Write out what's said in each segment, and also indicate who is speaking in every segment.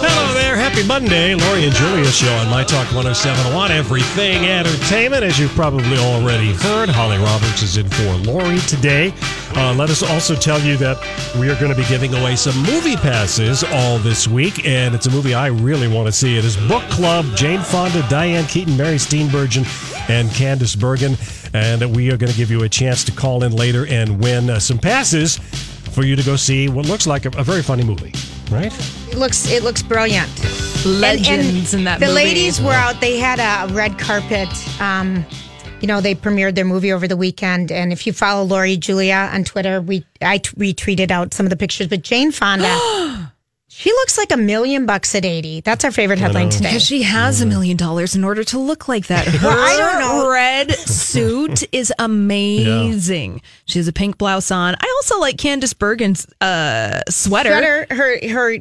Speaker 1: Hello there. Happy Monday. Lori and Julia show on My Talk 1071. Everything entertainment, as you've probably already heard. Holly Roberts is in for Lori today. Uh, let us also tell you that we are going to be giving away some movie passes all this week, and it's a movie I really want to see. It is Book Club, Jane Fonda, Diane Keaton, Mary Steenburgen, and Candace Bergen. And we are going to give you a chance to call in later and win uh, some passes for you to go see what looks like a, a very funny movie, right?
Speaker 2: It looks it looks brilliant. And-
Speaker 3: legends
Speaker 2: and
Speaker 3: in that
Speaker 2: the
Speaker 3: movie.
Speaker 2: ladies were out. They had a red carpet. Um, you know, they premiered their movie over the weekend. And if you follow Lori Julia on Twitter, we I t- retweeted out some of the pictures. But Jane Fonda, she looks like a million bucks at eighty. That's our favorite headline today.
Speaker 3: Because she has a
Speaker 1: Mm.
Speaker 3: million dollars in order to look like that. Her
Speaker 2: I don't know.
Speaker 3: red suit is amazing. She has a pink blouse on. I also like Candace Bergen's uh, sweater.
Speaker 2: Her her her.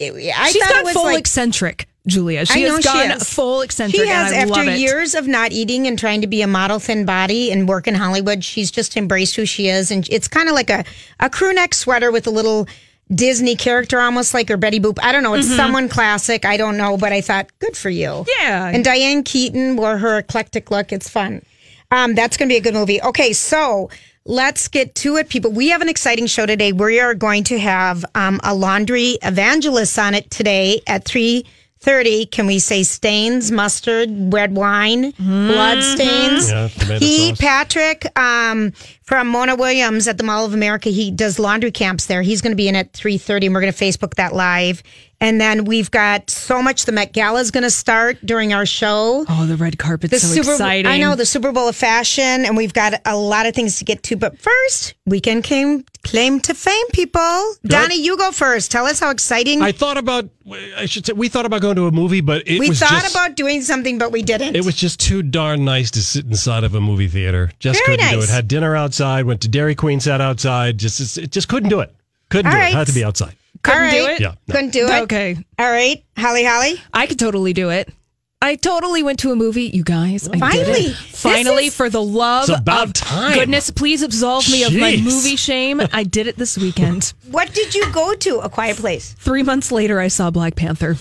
Speaker 2: I
Speaker 3: She's
Speaker 2: thought it
Speaker 3: got
Speaker 2: was
Speaker 3: full
Speaker 2: like
Speaker 3: eccentric, Julia. She
Speaker 2: I know
Speaker 3: has gone
Speaker 2: she is.
Speaker 3: full eccentric.
Speaker 2: She has,
Speaker 3: and I
Speaker 2: after
Speaker 3: love it.
Speaker 2: years of not eating and trying to be a model thin body and work in Hollywood, she's just embraced who she is. And it's kind of like a, a crew neck sweater with a little Disney character, almost like her Betty Boop. I don't know.
Speaker 3: Mm-hmm.
Speaker 2: It's someone classic. I don't know, but I thought, good for you.
Speaker 3: Yeah.
Speaker 2: And Diane Keaton wore her eclectic look. It's fun. Um, that's going to be a good movie. Okay, so let's get to it, people. We have an exciting show today. We are going to have um, a laundry evangelist on it today at three thirty. Can we say stains, mustard, red wine, blood stains?
Speaker 1: Mm-hmm. Yeah, tomato
Speaker 2: he
Speaker 1: sauce.
Speaker 2: Patrick um, from Mona Williams at the Mall of America. He does laundry camps there. He's going to be in at three thirty, and we're going to Facebook that live. And then we've got so much. The Met Gala is going to start during our show
Speaker 3: Oh, the red carpet's so exciting.
Speaker 2: I know the Super Bowl of fashion, and we've got a lot of things to get to. But first, weekend came claim to fame, people. Donnie, you go first. Tell us how exciting
Speaker 1: I thought about. I should say we thought about going to a movie, but it
Speaker 2: we
Speaker 1: was
Speaker 2: thought
Speaker 1: just,
Speaker 2: about doing something, but we didn't.
Speaker 1: It was just too darn nice to sit inside of a movie theater. Just
Speaker 2: Very
Speaker 1: couldn't do it.
Speaker 2: nice.
Speaker 1: Had dinner outside. Went to Dairy Queen. Sat outside. Just it's- it just couldn't do it. Couldn't
Speaker 2: All
Speaker 1: do
Speaker 2: right.
Speaker 1: it. Had to be outside.
Speaker 3: Couldn't
Speaker 2: All
Speaker 3: do
Speaker 2: right.
Speaker 3: it?
Speaker 1: Yeah, no.
Speaker 2: Couldn't do it.
Speaker 3: Okay.
Speaker 2: All right, Holly, Holly.
Speaker 3: I could totally do it. I totally went to a movie, you guys. I did it.
Speaker 2: Finally. This
Speaker 3: finally,
Speaker 2: is-
Speaker 3: for the love
Speaker 1: It's about
Speaker 3: of
Speaker 1: time.
Speaker 3: um, goodness, please absolve me of my
Speaker 1: Jeez.
Speaker 3: movie shame. I did it this weekend.
Speaker 2: What did you go to? A Quiet Place.
Speaker 3: Three months later, I saw Black Panther.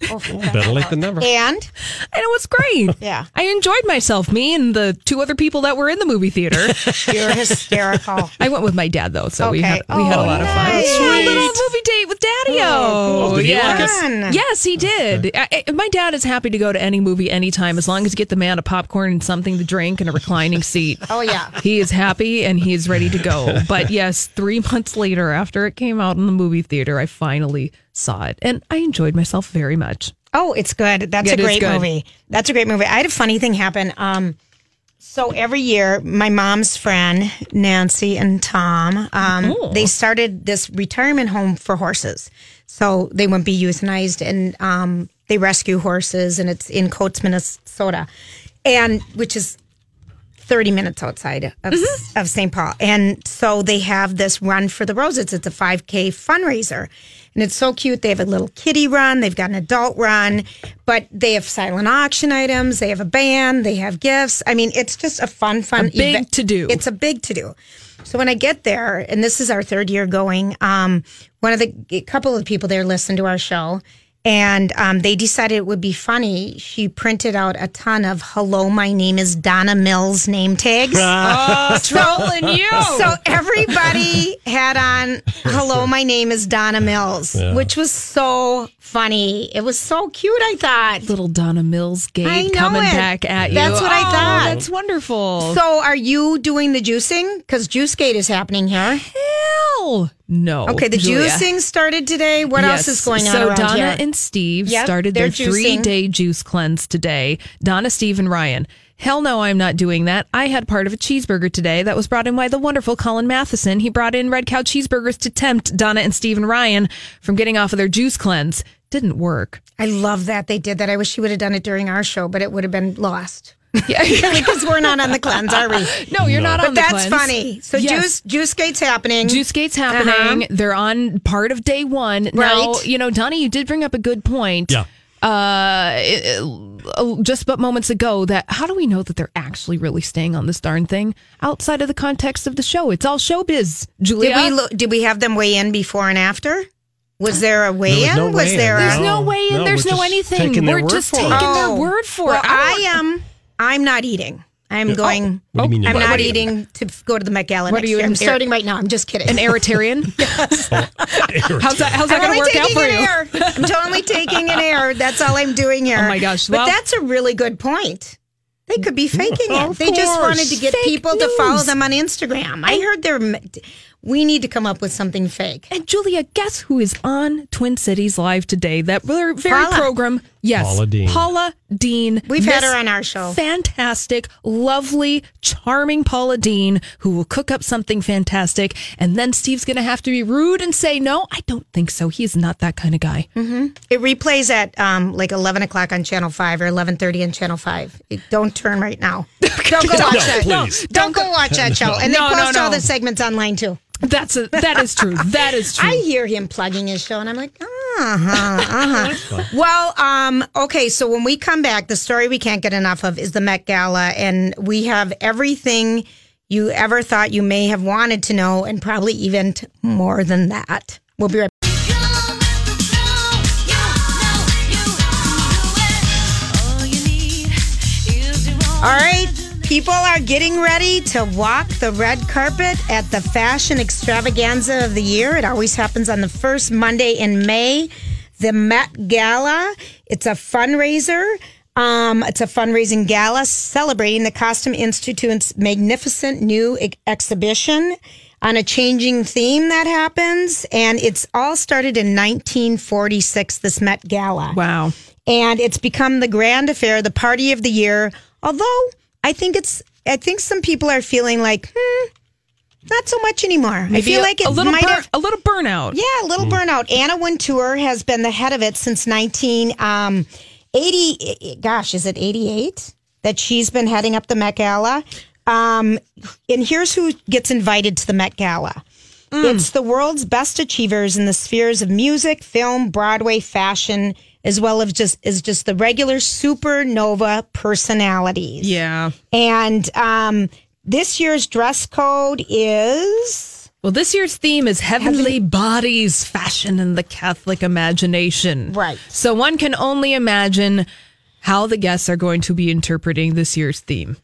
Speaker 1: Better late than never.
Speaker 2: And
Speaker 3: And it was great.
Speaker 2: Yeah.
Speaker 3: I enjoyed myself, me and the two other people that were in the movie theater.
Speaker 2: you're hysterical.
Speaker 3: I went with my dad, though, so we,
Speaker 2: Okay.
Speaker 3: had, we had a
Speaker 2: Oh,
Speaker 3: lot of fun.
Speaker 2: nice. Oh,
Speaker 3: Yeah, a little movie date with Daddy O.
Speaker 1: cool. Oh, Did he like it?
Speaker 2: Fun.
Speaker 3: Yes, he did. I, I, my dad is happy to go to any movie anytime as long as you get the man a popcorn and something to drink and a reclining seat.
Speaker 2: Oh yeah.
Speaker 3: He is happy and he is ready to go. But yes, three months later, after it came out in the movie theater, I finally saw it and I enjoyed myself very much.
Speaker 2: Oh, it's good. That's
Speaker 3: Yeah,
Speaker 2: a
Speaker 3: it is
Speaker 2: great
Speaker 3: good.
Speaker 2: movie. That's a great movie. I had a funny thing happen. Um, so every year, my mom's friend Nancy and Tom, um, they started this retirement home for horses. So they wouldn't be euthanized, and um, they rescue horses, and it's in Coates, Minnesota, and which is 30 minutes outside of,
Speaker 3: Mm-hmm.
Speaker 2: of St. Paul. And so they have this run for the roses. It's a 5K fundraiser. And it's so cute. They have a little kitty run, they've got an adult run, but they have silent auction items, they have a band, they have gifts. I mean, it's just a fun, fun
Speaker 3: big
Speaker 2: event.
Speaker 3: to-do.
Speaker 2: It's a big to do. So when I get there, and this is our third year going, um, one of the a couple of people there listen to our show. And um, they decided it would be funny. She printed out a ton of "Hello, my name is Donna Mills" name tags.
Speaker 3: Oh, trolling you.
Speaker 2: So everybody had on "Hello, my name is Donna Mills," which was so funny. It was so cute. I thought.
Speaker 3: Little Donna Mills
Speaker 2: I know
Speaker 3: gate coming
Speaker 2: it.
Speaker 3: back at you.
Speaker 2: That's what I
Speaker 3: Oh,
Speaker 2: thought.
Speaker 3: That's wonderful.
Speaker 2: So, are you doing the juicing? Because Juicegate is happening here.
Speaker 3: Hell no.
Speaker 2: Okay, the
Speaker 3: Julia.
Speaker 2: juicing started today. What else
Speaker 3: Yes.
Speaker 2: is going on
Speaker 3: So
Speaker 2: around
Speaker 3: Donna
Speaker 2: here?
Speaker 3: and Steve
Speaker 2: Yep,
Speaker 3: started
Speaker 2: they're
Speaker 3: their
Speaker 2: juicing.
Speaker 3: three-day juice cleanse today. Donna, Steve, and Ryan. Hell no, I'm not doing that. I had part of a cheeseburger today that was brought in by the wonderful Colin Matheson. He brought in Red Cow cheeseburgers to tempt Donna and Steve and Ryan from getting off of their juice cleanse. Didn't work.
Speaker 2: I love that they did that. I wish she would have done it during our show, but it would have been lost. Yeah, because we're not on the cleanse, are we?
Speaker 3: No, you're not
Speaker 2: But
Speaker 3: on the
Speaker 2: that's
Speaker 3: cleanse.
Speaker 2: funny. So
Speaker 3: Yes.
Speaker 2: juice juice gate's happening.
Speaker 3: Juice Gate's happening. They're on part of day one. Now,
Speaker 2: Right.
Speaker 3: you know, Donna, you did bring up a good point.
Speaker 1: Yeah.
Speaker 3: Uh, it- it- just but moments ago that how do we know that they're actually really staying on this darn thing outside of the context of the show? It's all showbiz,
Speaker 2: Did
Speaker 3: Julia.
Speaker 2: we look, did we have them weigh in before and after? Was there a weigh in?
Speaker 1: There was no
Speaker 2: was
Speaker 1: weigh-in.
Speaker 2: there
Speaker 3: there's
Speaker 2: a Oh.
Speaker 3: no
Speaker 1: No,
Speaker 3: way in.
Speaker 1: no,
Speaker 3: there's
Speaker 1: we're
Speaker 3: no
Speaker 1: just
Speaker 3: anything.
Speaker 1: taking their
Speaker 3: we're
Speaker 1: word
Speaker 3: just
Speaker 1: for it.
Speaker 3: taking their word for
Speaker 2: well,
Speaker 3: it.
Speaker 2: I am I'm not eating. I'm going
Speaker 1: Oh. What do you mean you're
Speaker 2: I'm
Speaker 1: not
Speaker 2: not
Speaker 1: eating?
Speaker 2: eating to f- go to the McGallen.
Speaker 3: What are you,
Speaker 2: I'm
Speaker 3: an air-
Speaker 2: starting right now. I'm just kidding.
Speaker 3: an Eritrean. how's that? How's that
Speaker 2: I'm only
Speaker 3: going to work out
Speaker 2: taking
Speaker 3: for
Speaker 2: an
Speaker 3: you?
Speaker 2: air. I'm totally taking an air. That's all I'm doing here.
Speaker 3: Oh my gosh.
Speaker 2: But
Speaker 3: Well-
Speaker 2: that's a really good point. They could be faking it.
Speaker 1: Of
Speaker 2: They just wanted to
Speaker 1: course.
Speaker 2: get
Speaker 3: Fake
Speaker 2: people to follow
Speaker 3: news.
Speaker 2: them on Instagram. I heard they're. m- We need to come up with something fake.
Speaker 3: And Julia, guess who is on Twin Cities Live today? That very very
Speaker 2: Paula.
Speaker 3: program. Yes.
Speaker 1: Paula Dean.
Speaker 3: Paula Dean.
Speaker 2: We've had
Speaker 3: Miss
Speaker 2: her on our show.
Speaker 3: Fantastic, lovely, charming Paula Dean who will cook up something fantastic. And then Steve's going to have to be rude and say, no, I don't think so. He is not that kind of guy.
Speaker 2: It replays at um, like 11 o'clock on Channel 5 or 11.30 on Channel 5. It- don't turn right now. Don't go watch that.
Speaker 1: please.
Speaker 2: Don't go watch that show. And
Speaker 3: No,
Speaker 2: they
Speaker 3: no,
Speaker 2: post all
Speaker 3: no.
Speaker 2: the segments online too.
Speaker 3: That's a, that is true. That is true.
Speaker 2: I hear him plugging his show, and I'm like, uh huh, uh huh. well, um, okay. So when we come back, the story we can't get enough of is the Met Gala, and we have everything you ever thought you may have wanted to know, and probably even t- more than that. We'll be right. All right, people are getting ready to walk the red carpet at the fashion extravaganza of the year. It always happens on the first Monday in May, the Met Gala. It's a fundraiser. Um, it's a fundraising gala celebrating the Costume Institute's magnificent new ex- exhibition on a changing theme that happens. And it's all started in 1946, this Met Gala
Speaker 3: wow.
Speaker 2: and it's become the grand affair, the party of the year. Although I think it's, I think some people are feeling like, hmm, not so much anymore. I feel
Speaker 3: a,
Speaker 2: like it
Speaker 3: a little
Speaker 2: might
Speaker 3: burn-
Speaker 2: have,
Speaker 3: a little burnout.
Speaker 2: yeah, a little burnout. Anna Wintour has been the head of it since 1980. Um, 80 gosh, is it 88 that she's been heading up the Met Gala? Um, and here's who gets invited to the Met Gala. It's the world's best achievers in the spheres of music, film, Broadway, fashion, as well as just as just the regular supernova personalities.
Speaker 3: Yeah.
Speaker 2: And um, this year's dress code is
Speaker 3: Well, this year's theme is heavenly bodies, fashion, and the Catholic imagination.
Speaker 2: Right.
Speaker 3: So one can only imagine how the guests are going to be interpreting this year's theme.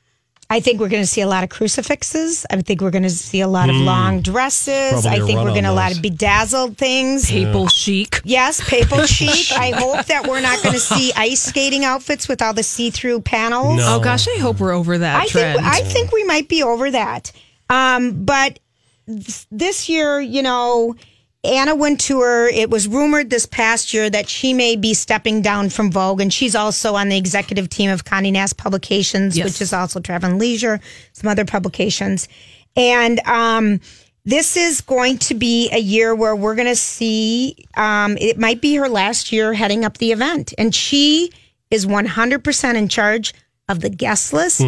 Speaker 2: I think we're going to see a lot of crucifixes. I think we're going to see a lot of long dresses.
Speaker 1: Hmm. Probably
Speaker 2: I
Speaker 1: a
Speaker 2: think
Speaker 1: run
Speaker 2: we're
Speaker 1: on
Speaker 2: going to a lot
Speaker 1: those.
Speaker 2: of bedazzled things.
Speaker 3: Papal chic.
Speaker 2: Yes, papal chic. I hope that we're not going to see ice skating outfits with all the see-through panels.
Speaker 3: Oh gosh, I hope we're over that
Speaker 2: I
Speaker 3: trend.
Speaker 2: think I think we might be over that. Um, but th- this year, you know, Anna Wintour. It was rumored this past year that she may be stepping down from Vogue, and she's also on the executive team of Condé Nast Publications,
Speaker 3: Yes.
Speaker 2: which is also Travel and Leisure, some other publications, and. Um, this is going to be a year where we're going to see um, it might be her last year heading up the event and she is 100% in charge of the guest list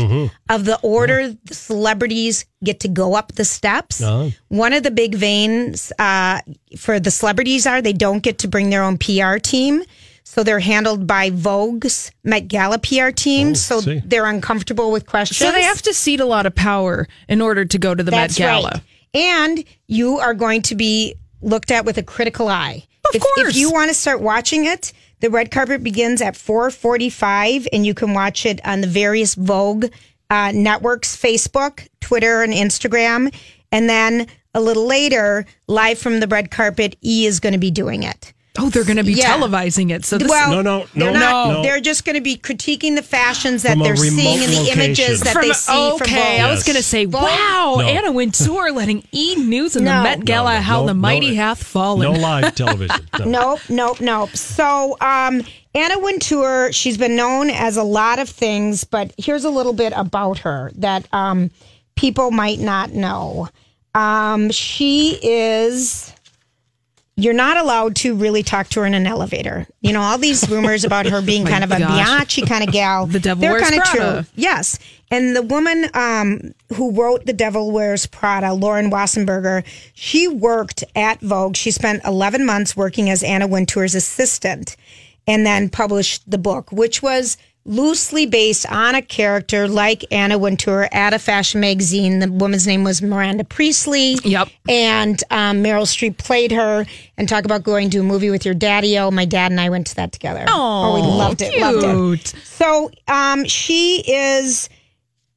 Speaker 2: of the order the celebrities get to go up the steps one of the big veins uh, for the celebrities are they don't get to bring their own pr team so they're handled by vogue's met gala pr team so
Speaker 1: see.
Speaker 2: they're uncomfortable with questions
Speaker 3: so they have to cede a lot of power in order to go to the
Speaker 2: that's
Speaker 3: Met Gala.
Speaker 2: Right. And you are going to be looked at with a critical eye.
Speaker 3: Of
Speaker 2: if,
Speaker 3: course.
Speaker 2: If you want to start watching it, The red carpet begins at 4:45, and you can watch it on the various Vogue uh, networks, Facebook, Twitter, and Instagram. And then a little later, live from the red carpet, E is going to be doing it.
Speaker 3: Oh, they're going to be
Speaker 2: Yeah.
Speaker 3: televising it. So this
Speaker 2: Well,
Speaker 1: No, no,
Speaker 2: they're
Speaker 1: no,
Speaker 2: not.
Speaker 1: no.
Speaker 2: They're just going to be critiquing the fashions that
Speaker 1: From a
Speaker 2: they're seeing
Speaker 1: remote
Speaker 2: and the
Speaker 1: location.
Speaker 2: images that
Speaker 3: from
Speaker 2: they see from
Speaker 3: okay, I
Speaker 2: Vogue.
Speaker 3: was
Speaker 1: Yes.
Speaker 3: going to say, wow,
Speaker 1: No.
Speaker 3: Anna Wintour letting E News and the
Speaker 2: No.
Speaker 3: Met Gala
Speaker 1: No, no,
Speaker 3: how
Speaker 1: no,
Speaker 3: the mighty
Speaker 1: no.
Speaker 3: hath fallen.
Speaker 1: No live television. No.
Speaker 2: Nope, nope, nope. So, um, Anna Wintour, she's been known as a lot of things, but here's a little bit about her that um, people might not know. Um, she is. You're not allowed to really talk to her in an elevator. You know all these rumors about her being kind of a
Speaker 3: Oh gosh.
Speaker 2: biatchy kind of gal.
Speaker 3: The Devil Wears
Speaker 2: kinda
Speaker 3: Prada.
Speaker 2: Yes. And the woman um, who wrote The Devil Wears Prada, Lauren Wassenberger, she worked at Vogue. She spent 11 months working as Anna Wintour's assistant and then published the book, which was loosely based on a character like Anna Wintour at a fashion magazine. The woman's name was Miranda Priestley.
Speaker 3: Yep.
Speaker 2: And um, Meryl Streep played her. And talk about going to a movie with your daddy. Oh, my dad and I went to that together. oh, we loved it. Loved it.
Speaker 3: Cute.
Speaker 2: So um, she is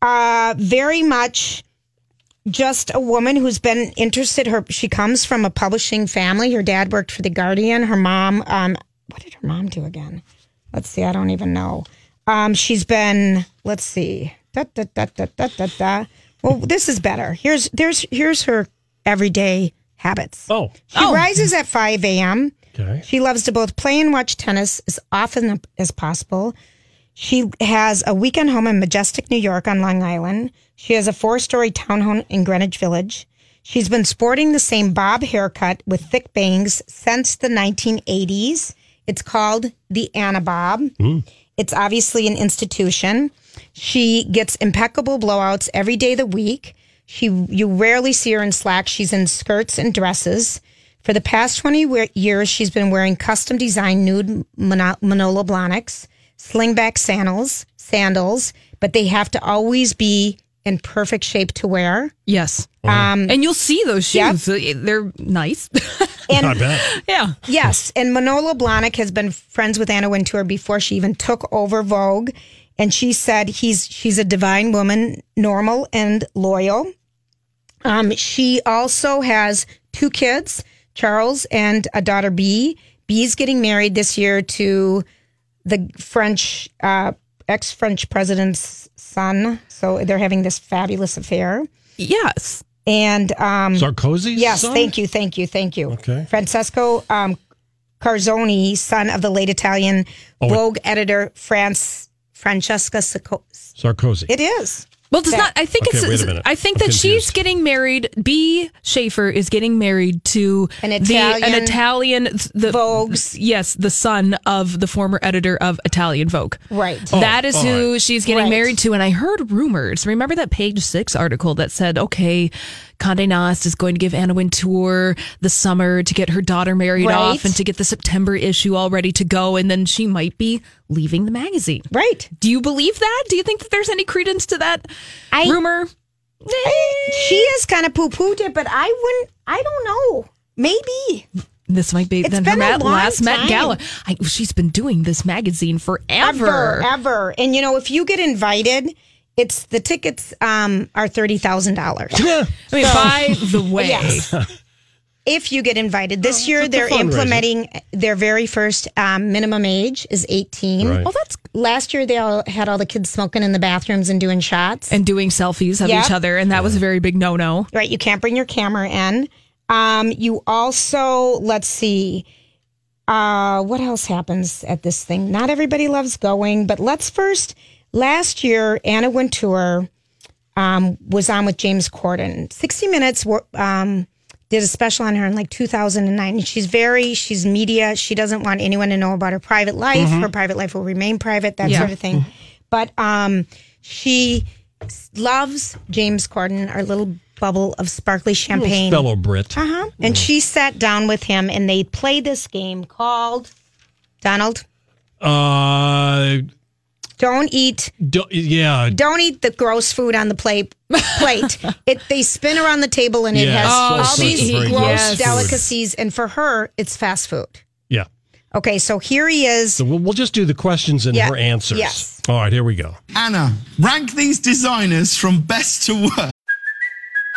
Speaker 2: uh, very much just a woman who's been interested. Her she comes from a publishing family. Her dad worked for the Guardian. Her mom, um, what did her mom do again? Let's see. I don't even know. Um, she's been. Let's see. Da, da, da, da, da, da, da. Well, this is better. Here's there's here's her everyday habits.
Speaker 1: Oh,
Speaker 2: She rises at 5 a.m.
Speaker 1: okay.
Speaker 2: She loves to both play and watch tennis as often as possible. She has a weekend home in Majestic, New York on Long Island. She has a four story townhome in Greenwich Village. She's been sporting the same bob haircut with thick bangs since the 1980s. It's called the Anna Bob. It's obviously an institution. She gets impeccable blowouts every day of the week. She you rarely see her in slacks. She's in skirts and dresses. For the past 20 we- years, she's been wearing custom designed nude Mano- Manolo Blahniks, slingback sandals, sandals, but they have to always be in perfect shape to wear.
Speaker 3: Yes. Um, and you'll see those shoes. They're nice.
Speaker 1: I bet.
Speaker 3: yeah.
Speaker 2: Yes, and Manola Blahnik has been friends with Anna Wintour before she even took over Vogue, and she said he's she's a divine woman, normal and loyal. Um, she also has two kids, Charles and a daughter B. B's getting married this year to the French uh, ex French president's son, so they're having this fabulous affair.
Speaker 3: Yes.
Speaker 2: And um,
Speaker 1: Sarkozy's
Speaker 2: Yes,
Speaker 1: son?
Speaker 2: thank you, thank you, thank you.
Speaker 1: Okay.
Speaker 2: Francesco um, Carzoni, son of the late Italian
Speaker 1: Oh,
Speaker 2: Vogue editor France Francesca Sacco.
Speaker 1: Sarkozy.
Speaker 2: It is.
Speaker 3: Well, does not. I think
Speaker 1: Okay, wait
Speaker 3: it's.
Speaker 1: a minute.
Speaker 3: I think
Speaker 1: I'm
Speaker 3: that she's
Speaker 1: confused.
Speaker 3: getting married. B. Schaefer is getting married to
Speaker 2: An
Speaker 3: the an
Speaker 2: Italian
Speaker 3: Italian the
Speaker 2: Vogue's-
Speaker 3: Yes, the son of the former editor of Italian Vogue.
Speaker 2: Right.
Speaker 3: that is
Speaker 1: all
Speaker 3: who she's getting
Speaker 2: Right.
Speaker 3: married to. And I heard rumors. Remember that Page Six article that said, "Okay, Condé Nast is going to give Anna Wintour the summer to get her daughter married
Speaker 2: Right.
Speaker 3: off and to get the September issue all ready to go, and then she might be leaving the magazine."
Speaker 2: Right.
Speaker 3: Do you believe that? Do you think that there's any credence to that
Speaker 2: I-
Speaker 3: rumor?
Speaker 2: She is kind of poo pooed it, but I wouldn't, I don't know. Maybe.
Speaker 3: This might be
Speaker 2: It's
Speaker 3: then her
Speaker 2: been a
Speaker 3: Met,
Speaker 2: long
Speaker 3: last Met
Speaker 2: time.
Speaker 3: Gala. I, she's been doing this magazine forever.
Speaker 2: Ever. Ever. And you know, if you get invited, it's the tickets um, are $30,000.
Speaker 1: Yeah.
Speaker 3: I mean, by the way,
Speaker 2: Yes. if you get invited. This year,
Speaker 1: it's Oh, a
Speaker 2: they're
Speaker 1: fundraiser.
Speaker 2: implementing their very first um, minimum age is 18.
Speaker 1: Right.
Speaker 3: well, that's
Speaker 2: Last year, they all had all the kids smoking in the bathrooms and doing shots.
Speaker 3: and doing selfies of
Speaker 2: Yep.
Speaker 3: each other, and that was a very big no-no.
Speaker 2: right, you can't bring your camera in. Um, you also, let's see, uh, what else happens at this thing? Not everybody loves going, but let's first. Last year, Anna Wintour um, was on with James Corden. 60 Minutes wor- um, did a special on her in like 2009. And she's very, she's media. She doesn't want anyone to know about her private life. Her private life will remain private, that
Speaker 3: Yeah.
Speaker 2: sort of thing. But um, she s- loves James Corden, our little bubble of sparkly champagne.
Speaker 1: Fellow Brit.
Speaker 2: Uh-huh. And she sat down with him and they play this game called Donald,
Speaker 1: Uh,
Speaker 2: don't eat
Speaker 1: do, yeah.
Speaker 2: don't eat the gross food on the plate. Plate. it they spin around the table and it
Speaker 1: Yeah,
Speaker 4: Oh,
Speaker 1: Oh, it's all
Speaker 2: has all
Speaker 1: sorts
Speaker 2: these
Speaker 1: of very
Speaker 2: gross
Speaker 1: gross food.
Speaker 2: delicacies. And for her, it's fast food.
Speaker 1: Yeah.
Speaker 2: Okay, so here he is.
Speaker 1: So we'll, we'll just do the questions and
Speaker 2: Yeah.
Speaker 1: her answers.
Speaker 2: Yes.
Speaker 1: All right, here we go.
Speaker 5: Anna, rank these designers from best to worst.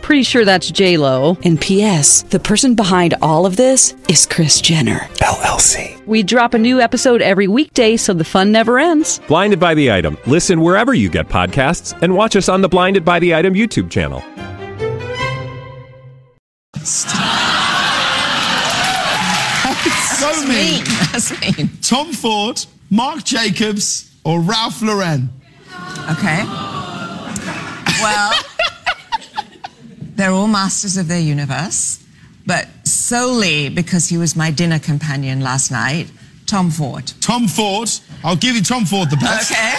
Speaker 6: Pretty sure that's J Lo.
Speaker 7: And P.S. The person behind all of this is Chris Jenner.
Speaker 8: LLC.
Speaker 6: We drop a new episode every weekday, so the fun never ends.
Speaker 8: Blinded by the item. Listen wherever you get podcasts, and watch us on the Blinded by the Item YouTube channel.
Speaker 5: so mean.
Speaker 4: That's mean.
Speaker 5: Tom Ford, Mark Jacobs, or Ralph Lauren?
Speaker 4: Okay. Well, they're all masters of their universe, but solely because he was my dinner companion last night, Tom Ford.
Speaker 5: Tom Ford. I'll give you Tom Ford the best.
Speaker 4: Okay.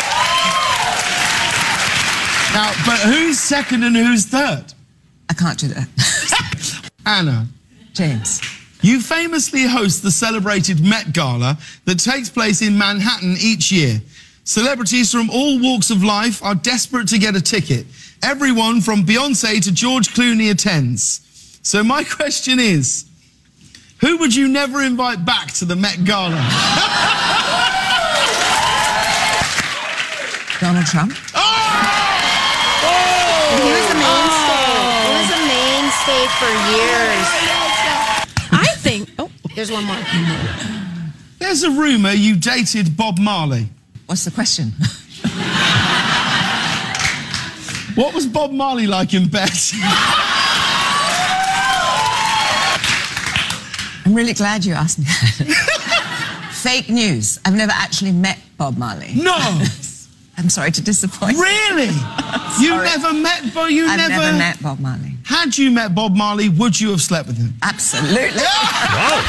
Speaker 5: Now, but who's second and who's third?
Speaker 4: I can't do that.
Speaker 5: Anna,
Speaker 4: James.
Speaker 5: you famously host the celebrated Met Gala that takes place in Manhattan each year. Celebrities from all walks of life are desperate to get a ticket. Everyone from Beyonce to George Clooney attends. So my question is, who would you never invite back to the Met Gala?
Speaker 4: Donald Trump.
Speaker 2: He was a mainstay.
Speaker 4: Oh.
Speaker 2: He was a mainstay for years.
Speaker 3: I think. Oh,
Speaker 2: There's one more.
Speaker 5: There's a rumor you dated Bob Marley.
Speaker 4: What's the question?
Speaker 5: What was Bob Marley like in bed?
Speaker 4: I'm really glad you asked me that. Fake news. I've never actually met Bob Marley.
Speaker 5: no,
Speaker 4: I'm sorry to disappoint.
Speaker 5: really? you never met Bob. You
Speaker 4: I've
Speaker 5: never,
Speaker 4: never, met Bob Marley.
Speaker 5: Had you met Bob Marley, would you have slept with him?
Speaker 4: Absolutely.
Speaker 1: Anna.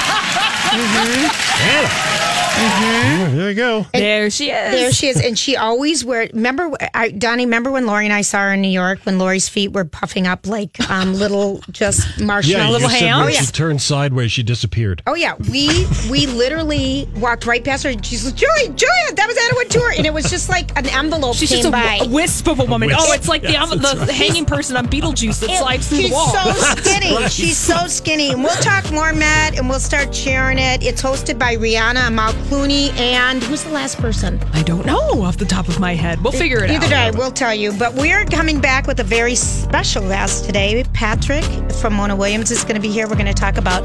Speaker 1: Mm-hmm. Yeah, there you go.
Speaker 3: there she is.
Speaker 2: There she is, and she always wear. Remember, I, Donnie. Remember when Lori and I saw her in New York when Lori's feet were puffing up like um, little just marshmallow
Speaker 1: Yeah, you
Speaker 2: little
Speaker 1: said
Speaker 2: ham.
Speaker 1: when
Speaker 2: Oh yeah.
Speaker 1: she turned sideways, she disappeared.
Speaker 2: Oh yeah, we we literally walked right past her. and She's like, Julia, Julia, that was Anna went to her, and it was just like an envelope
Speaker 7: She's
Speaker 2: came
Speaker 7: just a,
Speaker 2: by.
Speaker 7: a wisp of a woman.
Speaker 1: wisp.
Speaker 7: Oh, it's like
Speaker 1: Yes,
Speaker 7: the,
Speaker 1: that's
Speaker 7: the hanging person on Beetlejuice that
Speaker 2: It-
Speaker 7: slides through
Speaker 2: she's
Speaker 7: the wall.
Speaker 2: so skinny. She's so skinny. And we'll talk more, Matt, and we'll start sharing it. It's hosted by Rihanna, Amal Clooney, and who's the last person?
Speaker 7: I don't know off the top of my head. We'll figure it
Speaker 2: Neither
Speaker 7: out.
Speaker 2: do I. We'll tell you. But we are coming back with a very special guest today. Patrick from Mona Williams is going to be here. We're going to talk about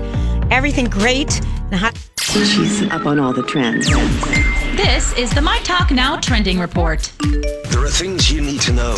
Speaker 2: everything great and hot.
Speaker 4: She's up on all the trends.
Speaker 9: This is the My Talk Now Trending Report.
Speaker 10: There are things you need to know.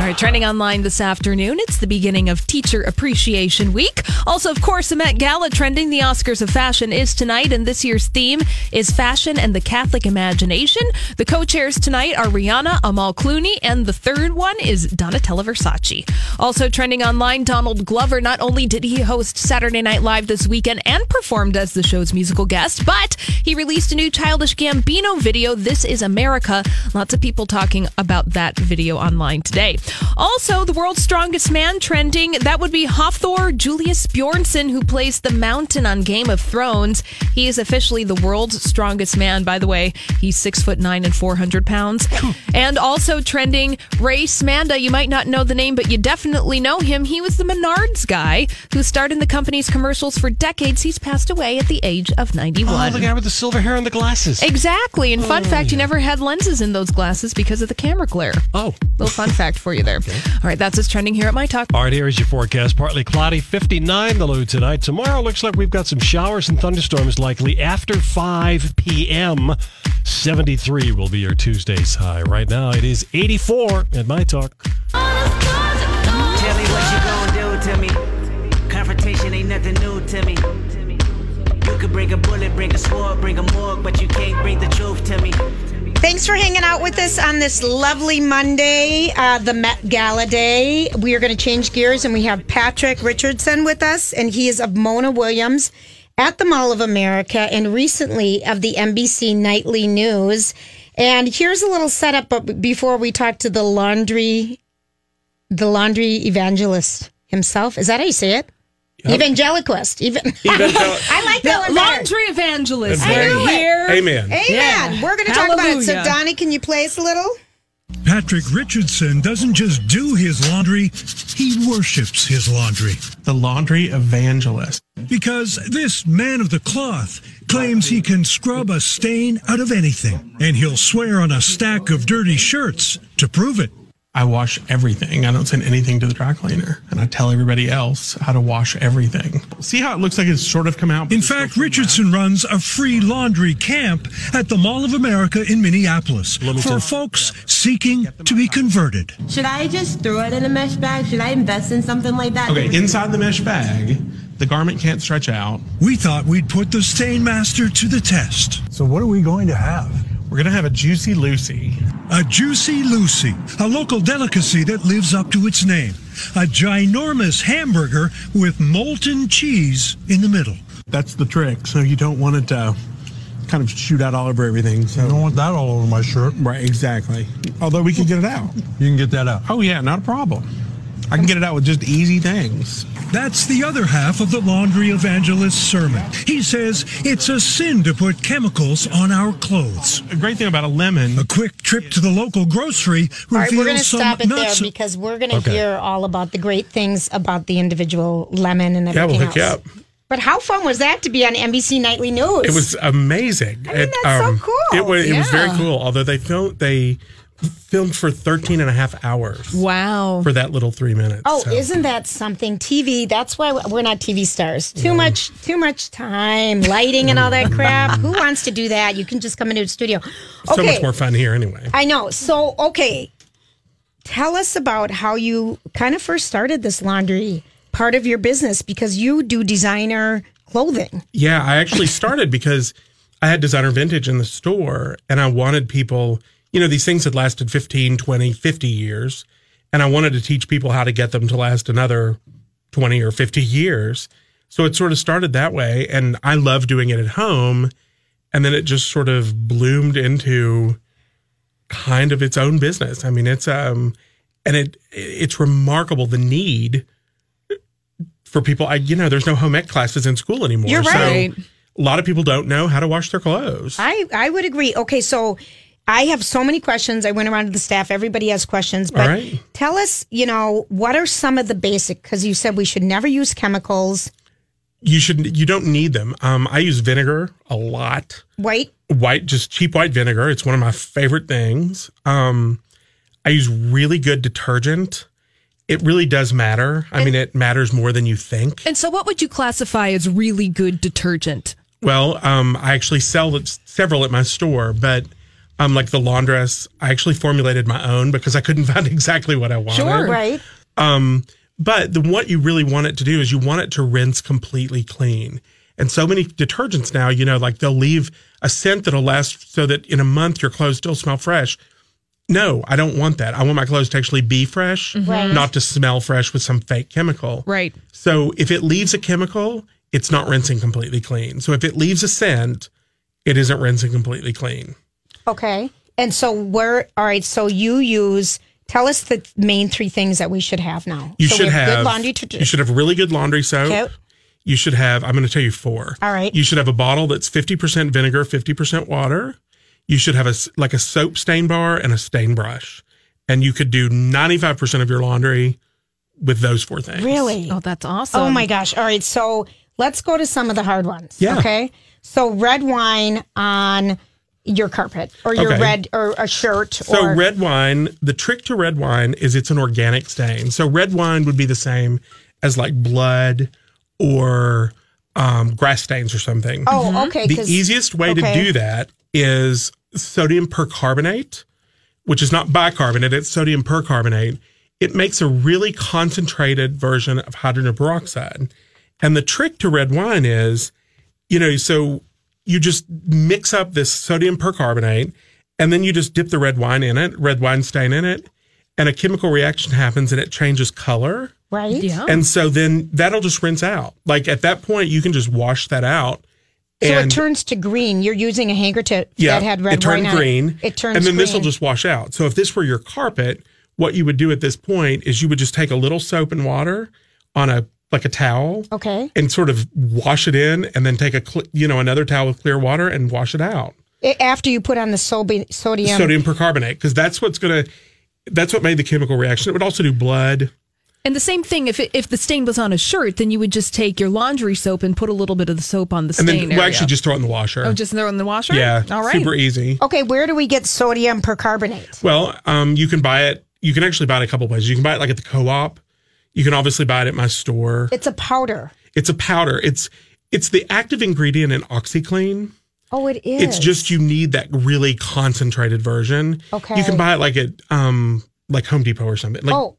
Speaker 3: All right, trending online this afternoon. It's the beginning of Teacher Appreciation Week. Also, of course, the Met Gala trending. The Oscars of Fashion is tonight, and this year's theme is Fashion and the Catholic Imagination. The co chairs tonight are Rihanna, Amal Clooney, and the third one is Donatella Versace. Also, trending online, Donald Glover. Not only did he host Saturday Night Live this weekend and performed as the show's musical guest, but he released a new Childish Gambino video, This Is America. Lots of people talking about that video online today. Also, the world's strongest man trending. That would be Hofthor Julius Bjornsson, who plays the mountain on Game of Thrones. He is officially the world's strongest man. By the way, he's six foot nine and 400 pounds. and also trending, Ray Smanda. You might not know the name, but you definitely know him. He was the Menards guy who starred in the company's commercials for decades. He's passed away at the age of 91.
Speaker 1: Oh, the guy with the silver hair and the glasses.
Speaker 3: Exactly. And
Speaker 11: Oh,
Speaker 3: fun fact, you never had lenses in those glasses because of the camera glare.
Speaker 1: Oh.
Speaker 3: Little fun fact for you there. All right, that's what's trending here at My Talk.
Speaker 1: All right, here is your forecast. Partly cloudy, 59 the low tonight. Tomorrow looks like we've got some showers and thunderstorms likely after 5 p.m. 73 will be your Tuesday's high. Right now it is 84 at my talk.
Speaker 4: Tell me what you gonna do to me. Confrontation ain't nothing new to me. You
Speaker 12: could bring a bullet, bring a sword, bring a morgue, but you can't bring the truth to me.
Speaker 2: Thanks for hanging out with us on this lovely Monday, uh, the Met Gala Day. We are going to change gears and we have Patrick Richardson with us, and he is of Mona Williams at the Mall of America and recently of the NBC Nightly News. And here's a little setup but before we talk to the laundry the laundry evangelist himself. Is that how you say it?
Speaker 13: Yep.
Speaker 2: Evangelist. Even I like that one better.
Speaker 3: laundry evangelist.
Speaker 2: I knew
Speaker 3: We're
Speaker 2: it.
Speaker 3: here.
Speaker 13: Amen.
Speaker 2: Amen.
Speaker 3: Yeah.
Speaker 2: We're going to talk about it. So,
Speaker 13: Hallelujah.
Speaker 2: Donnie, can you play us a little?
Speaker 13: Patrick Richardson doesn't just do his laundry, he worships his laundry. The laundry evangelist. Because this man of the cloth claims he can scrub a stain out of anything, and he'll swear on a stack of dirty shirts to prove it.
Speaker 14: I wash everything. I don't send anything to the dry cleaner. And I tell everybody else how to wash everything. See how it looks like it's sort of come out?
Speaker 13: In fact, Richardson runs a free laundry camp at the Mall of America in Minneapolis for folks seeking to be converted.
Speaker 15: Should I just throw it in a mesh bag? Should I invest in something like that?
Speaker 14: Okay, inside the mesh bag, the garment can't stretch out.
Speaker 13: We thought we'd put the stain master to the test.
Speaker 14: So, what are we going to have? We're going to have a Juicy Lucy.
Speaker 13: A Juicy Lucy, a local delicacy that lives up to its name. A ginormous hamburger with molten cheese in the middle.
Speaker 14: That's the trick. So, you don't want it to kind of shoot out all over everything. So, I don't want that all over my shirt. Right, exactly. Although we can get it out. You can get that out. Oh, yeah, not a problem. I can get it out with just easy things.
Speaker 13: That's the other half of the laundry evangelist's sermon. He says it's a sin to put chemicals on our clothes.
Speaker 14: A great thing about a lemon.
Speaker 13: A quick trip to the local grocery reveals
Speaker 2: All right, we're going to
Speaker 13: some
Speaker 2: stop it there
Speaker 13: nuts.
Speaker 2: because we're going to
Speaker 13: Okay.
Speaker 2: hear all about the great things about the individual lemon and
Speaker 11: Yeah,
Speaker 2: everything
Speaker 11: we'll hook
Speaker 2: else.
Speaker 11: you up.
Speaker 2: But how fun was that to be on NBC Nightly News?
Speaker 11: It was amazing. I
Speaker 2: mean, that's so cool.
Speaker 11: It was, it was very
Speaker 2: Yeah.
Speaker 11: cool. Although they filmed, they filmed for 13 and a half hours
Speaker 3: Wow.
Speaker 11: for that little three minutes.
Speaker 2: Oh,
Speaker 11: so.
Speaker 2: isn't that something? TV. That's why we're not TV stars. Too much, too much time, lighting, and all that crap. Who wants to do that? You can just come into the studio.
Speaker 11: so much more fun here anyway.
Speaker 2: I know. So, okay. Tell us about how you kind of first started this laundry part of your business because you do designer clothing.
Speaker 11: Yeah, I actually started because I had designer vintage in the store and I wanted people, you know, these things had lasted 15, 20, 50 years. And I wanted to teach people how to get them to last another 20 or 50 years. So it sort of started that way. And I love doing it at home. And then it just sort of bloomed into kind of its own business. I mean, it's, um, and it, it's remarkable the need for people. I, you know, there's no home ec classes in school anymore.
Speaker 2: You're right.
Speaker 11: So a lot of people don't know how to wash their clothes.
Speaker 2: I, I would agree. Okay. So, I have so many questions. I went around to the staff. Everybody has questions. But
Speaker 11: All right.
Speaker 2: tell us, you know, what are some of the basic? Because you said we should never use chemicals.
Speaker 11: You should. You don't need them. Um, I use vinegar a lot.
Speaker 2: White.
Speaker 11: White, just cheap white vinegar. It's one of my favorite things. Um, I use really good detergent. It really does matter. I mean, it matters more than you think.
Speaker 3: And so, what would you classify as really good detergent?
Speaker 11: Well, um, I actually sell it- several at my store, but um, like the laundress, I actually formulated my own because I couldn't find exactly what I wanted.
Speaker 2: Sure. Right.
Speaker 11: Um, but the, what you really want it to do is you want it to rinse completely clean. And so many detergents now, you know, like they'll leave a scent that'll last so that in a month your clothes still smell fresh. No, I don't want that. I want my clothes to actually be fresh,
Speaker 3: Mhm. Right.
Speaker 11: not to smell fresh with some fake chemical.
Speaker 3: Right.
Speaker 11: So if it leaves a chemical, it's not rinsing completely clean. So if it leaves a scent, it isn't rinsing completely clean.
Speaker 2: Okay. And so we're all right. So you use. Tell us the main three things that we should have now.
Speaker 11: You
Speaker 2: so
Speaker 11: should
Speaker 2: we
Speaker 11: have
Speaker 2: good laundry. deter-
Speaker 11: You should have really good laundry soap.
Speaker 2: Okay.
Speaker 11: You should have. I'm going to tell you four.
Speaker 2: All right.
Speaker 11: You should have a bottle that's 50% vinegar, 50% water. You should have a s- like a soap stain bar and a stain brush, and you could do 95% of your laundry with those four things.
Speaker 2: Really?
Speaker 3: Oh, that's awesome.
Speaker 2: Oh my gosh. All right. So let's go to some of the hard ones.
Speaker 11: Yeah.
Speaker 2: Okay. So red wine on your carpet or your
Speaker 11: Okay.
Speaker 2: red or a shirt
Speaker 11: So
Speaker 2: or
Speaker 11: red wine, the trick to red wine is it's an organic stain. So red wine would be the same as like blood or um, grass stains or something.
Speaker 2: Oh, Mhm. okay,
Speaker 11: The
Speaker 2: 'cause-
Speaker 11: easiest way
Speaker 2: okay.
Speaker 11: to do that is sodium percarbonate, which is not bicarbonate, it's sodium percarbonate. It makes a really concentrated version of hydrogen peroxide. And the trick to red wine is you know, so you just mix up this sodium percarbonate and then you just dip the red wine in it, red wine stain in it, and a chemical reaction happens and it changes color.
Speaker 2: Right.
Speaker 3: Yeah.
Speaker 11: And so then that'll just rinse out. Like at that point, you can just wash that out.
Speaker 2: So it
Speaker 11: and
Speaker 2: turns to green. You're using a handkerchief
Speaker 11: yeah,
Speaker 2: that had red
Speaker 11: it turned
Speaker 2: wine on
Speaker 11: green.
Speaker 2: It. it turns
Speaker 11: and then this will
Speaker 2: green.
Speaker 11: just wash out. So if this were your carpet, what you would do at this point is you would just take a little soap and water on a like a towel
Speaker 2: okay.
Speaker 11: and sort of wash it in, and then take a cl- you know another towel with clear water and wash it out.
Speaker 2: It, after you put on the sobi- sodium,
Speaker 11: Sodium percarbonate because that's what's gonna that's what made the chemical reaction. It would also do blood.
Speaker 3: And the same thing, if it, if the stain was on a shirt, then you would just take your laundry soap and put a little bit of the soap on the stain
Speaker 11: and then
Speaker 3: area.
Speaker 11: well, actually just throw it in the washer.
Speaker 3: oh, just throw it in the washer.
Speaker 11: yeah,
Speaker 3: all right.
Speaker 11: super easy.
Speaker 2: Okay, where do we get sodium percarbonate?
Speaker 11: Well, um, you can buy it. You can actually buy it a couple places. You can buy it like at the co-op. You can obviously buy it at my store.
Speaker 2: It's a powder.
Speaker 11: It's a powder. It's it's the active ingredient in OxyClean.
Speaker 2: Oh, it is.
Speaker 11: It's just you need that really concentrated version.
Speaker 2: Okay.
Speaker 11: You can buy it like at um like Home Depot or something. Like,
Speaker 2: Oh,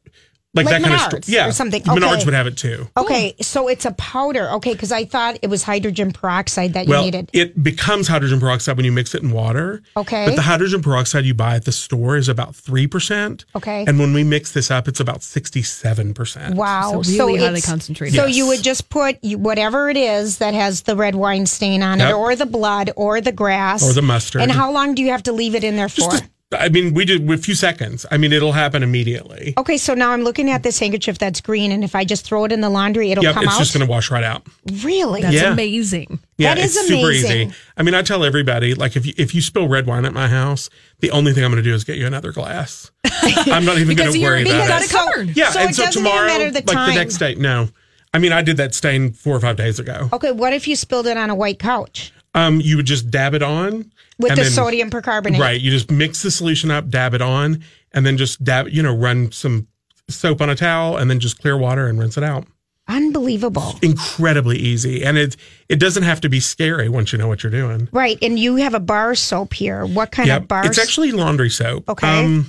Speaker 11: like,
Speaker 2: like
Speaker 11: that kind of
Speaker 2: Menards
Speaker 11: Yeah,
Speaker 2: or something.
Speaker 11: Menards
Speaker 2: Okay.
Speaker 11: would have it too.
Speaker 2: Okay, so it's a powder. Okay, because I thought it was hydrogen peroxide that you
Speaker 11: well,
Speaker 2: needed.
Speaker 11: it becomes hydrogen peroxide when you mix it in water.
Speaker 2: Okay.
Speaker 11: But the hydrogen peroxide you buy at the store is about three percent.
Speaker 2: Okay.
Speaker 11: And when we mix this up, it's about sixty-seven percent.
Speaker 2: Wow.
Speaker 3: So really highly
Speaker 2: it's-
Speaker 3: concentrated.
Speaker 2: So
Speaker 11: Yes.
Speaker 2: you would just put you, whatever it is that has the red wine stain on it,
Speaker 11: Yep.
Speaker 2: or the blood, or the grass,
Speaker 11: Or the mustard.
Speaker 2: And how long do you have to leave it in there for?
Speaker 11: I mean, we did with a few seconds. I mean, it'll happen immediately.
Speaker 2: okay, so now I'm looking at this handkerchief that's green, and if I just throw it in the laundry, it'll
Speaker 11: yep,
Speaker 2: come
Speaker 11: it's
Speaker 2: out.
Speaker 11: just going to wash right out.
Speaker 2: really?
Speaker 3: That's
Speaker 11: Yeah.
Speaker 3: amazing.
Speaker 11: Yeah,
Speaker 2: That is
Speaker 11: it's super
Speaker 2: amazing.
Speaker 11: easy. I mean, I tell everybody like if you, if you spill red wine at my house, the only thing I'm going to do is get you another glass. I'm not even going
Speaker 3: Because
Speaker 11: to
Speaker 3: you
Speaker 11: worry
Speaker 3: already
Speaker 11: about
Speaker 3: got it
Speaker 11: it.
Speaker 3: covered.
Speaker 11: Yeah,
Speaker 2: So
Speaker 11: and
Speaker 2: it
Speaker 11: so
Speaker 2: doesn't even
Speaker 11: tomorrow,
Speaker 2: matter the
Speaker 11: like the next day, no. I mean, I did that stain four or five days ago.
Speaker 2: Okay, what if you spilled it on a white couch
Speaker 11: Um, you would just dab it on
Speaker 2: with
Speaker 11: and
Speaker 2: the
Speaker 11: then-
Speaker 2: sodium percarbonate?
Speaker 11: Right, you just mix the solution up, dab it on, and then just dab. You know, run some soap on a towel, and then just clear water and rinse it out.
Speaker 2: Unbelievable.
Speaker 11: incredibly easy and it it doesn't have to be scary once you know what you're doing
Speaker 2: Right, and you have a bar soap here. What kind
Speaker 11: Yep.
Speaker 2: of bar?
Speaker 11: it's
Speaker 2: soap?
Speaker 11: actually laundry soap Um,
Speaker 2: Okay.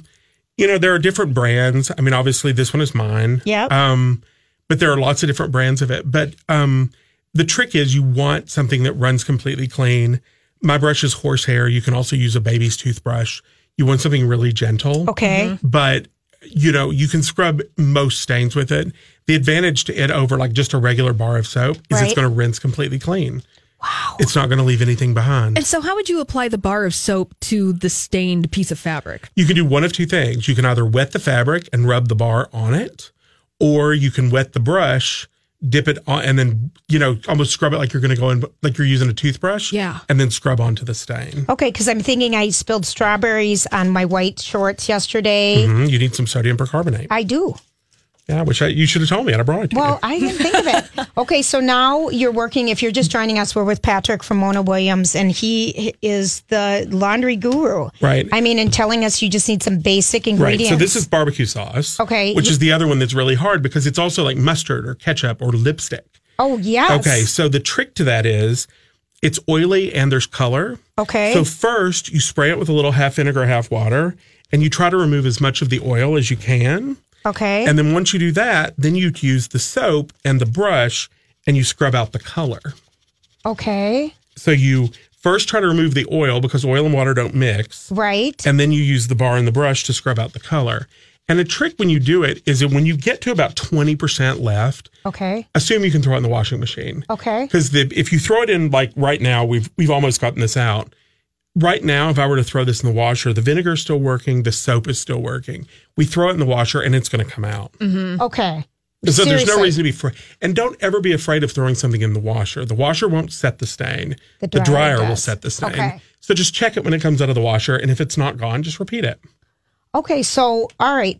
Speaker 11: you know there are different brands i mean obviously this one is mine
Speaker 2: Yep.
Speaker 11: um but there are lots of different brands of it but um the trick is you want something that runs completely clean my brush is horsehair you can also use a baby's toothbrush you want something really gentle
Speaker 2: okay.
Speaker 11: but you know you can scrub most stains with it the advantage to it over like just a regular bar of soap is it's
Speaker 3: Right.
Speaker 11: going to rinse completely clean wow it's not going to leave anything behind
Speaker 3: And so, how would you apply the bar of soap to the stained piece of fabric?
Speaker 11: you can do one of two things you can either wet the fabric and rub the bar on it or you can wet the brush dip it on and then you know almost scrub it like you're going to go in like you're using a toothbrush
Speaker 3: Yeah.
Speaker 11: and then scrub onto the stain
Speaker 2: Okay, because I'm thinking I spilled strawberries on my white shorts yesterday.
Speaker 11: Mhm, you need some sodium percarbonate
Speaker 2: I do.
Speaker 11: yeah which I, you should have told me i'd have brought it to you
Speaker 2: Well, I didn't think of it. Okay, so now you're working. If you're just joining us, we're with Patrick from Mona Williams, and he is the laundry guru.
Speaker 11: Right.
Speaker 2: I mean, and telling us you just need some basic
Speaker 11: Right.
Speaker 2: ingredients.
Speaker 11: So this is barbecue sauce.
Speaker 2: Okay.
Speaker 11: Which is the other one that's really hard because it's also like mustard or ketchup or lipstick.
Speaker 2: Oh yes.
Speaker 11: Okay. So the trick to that is it's oily and there's color.
Speaker 2: Okay.
Speaker 11: So first you spray it with a little half vinegar, half water, and you try to remove as much of the oil as you can.
Speaker 2: okay.
Speaker 11: And then once you do that, then you use the soap and the brush and you scrub out the color.
Speaker 2: okay.
Speaker 11: So you first try to remove the oil because oil and water don't mix.
Speaker 2: Right.
Speaker 11: And then you use the bar and the brush to scrub out the color. And the trick when you do it is that when you get to about 20% left,
Speaker 2: Okay.
Speaker 11: assume you can throw it in the washing machine.
Speaker 2: Okay.
Speaker 11: Because if you throw it in like right now, we've we've almost gotten this out. Right now, if I were to throw this in the washer, the vinegar's still working, the soap is still working. We throw it in the washer and it's going to come out.
Speaker 2: Okay.
Speaker 11: And so there's no
Speaker 2: Mm-hmm. Seriously.
Speaker 11: reason to be afraid. And don't ever be afraid of throwing something in the washer. The washer won't set the stain.
Speaker 2: The
Speaker 11: The
Speaker 2: dryer
Speaker 11: dryer, will
Speaker 2: does.
Speaker 11: set the stain.
Speaker 2: Okay.
Speaker 11: So just check it when it comes out of the washer. And if it's not gone, just repeat it.
Speaker 2: Okay, so all right,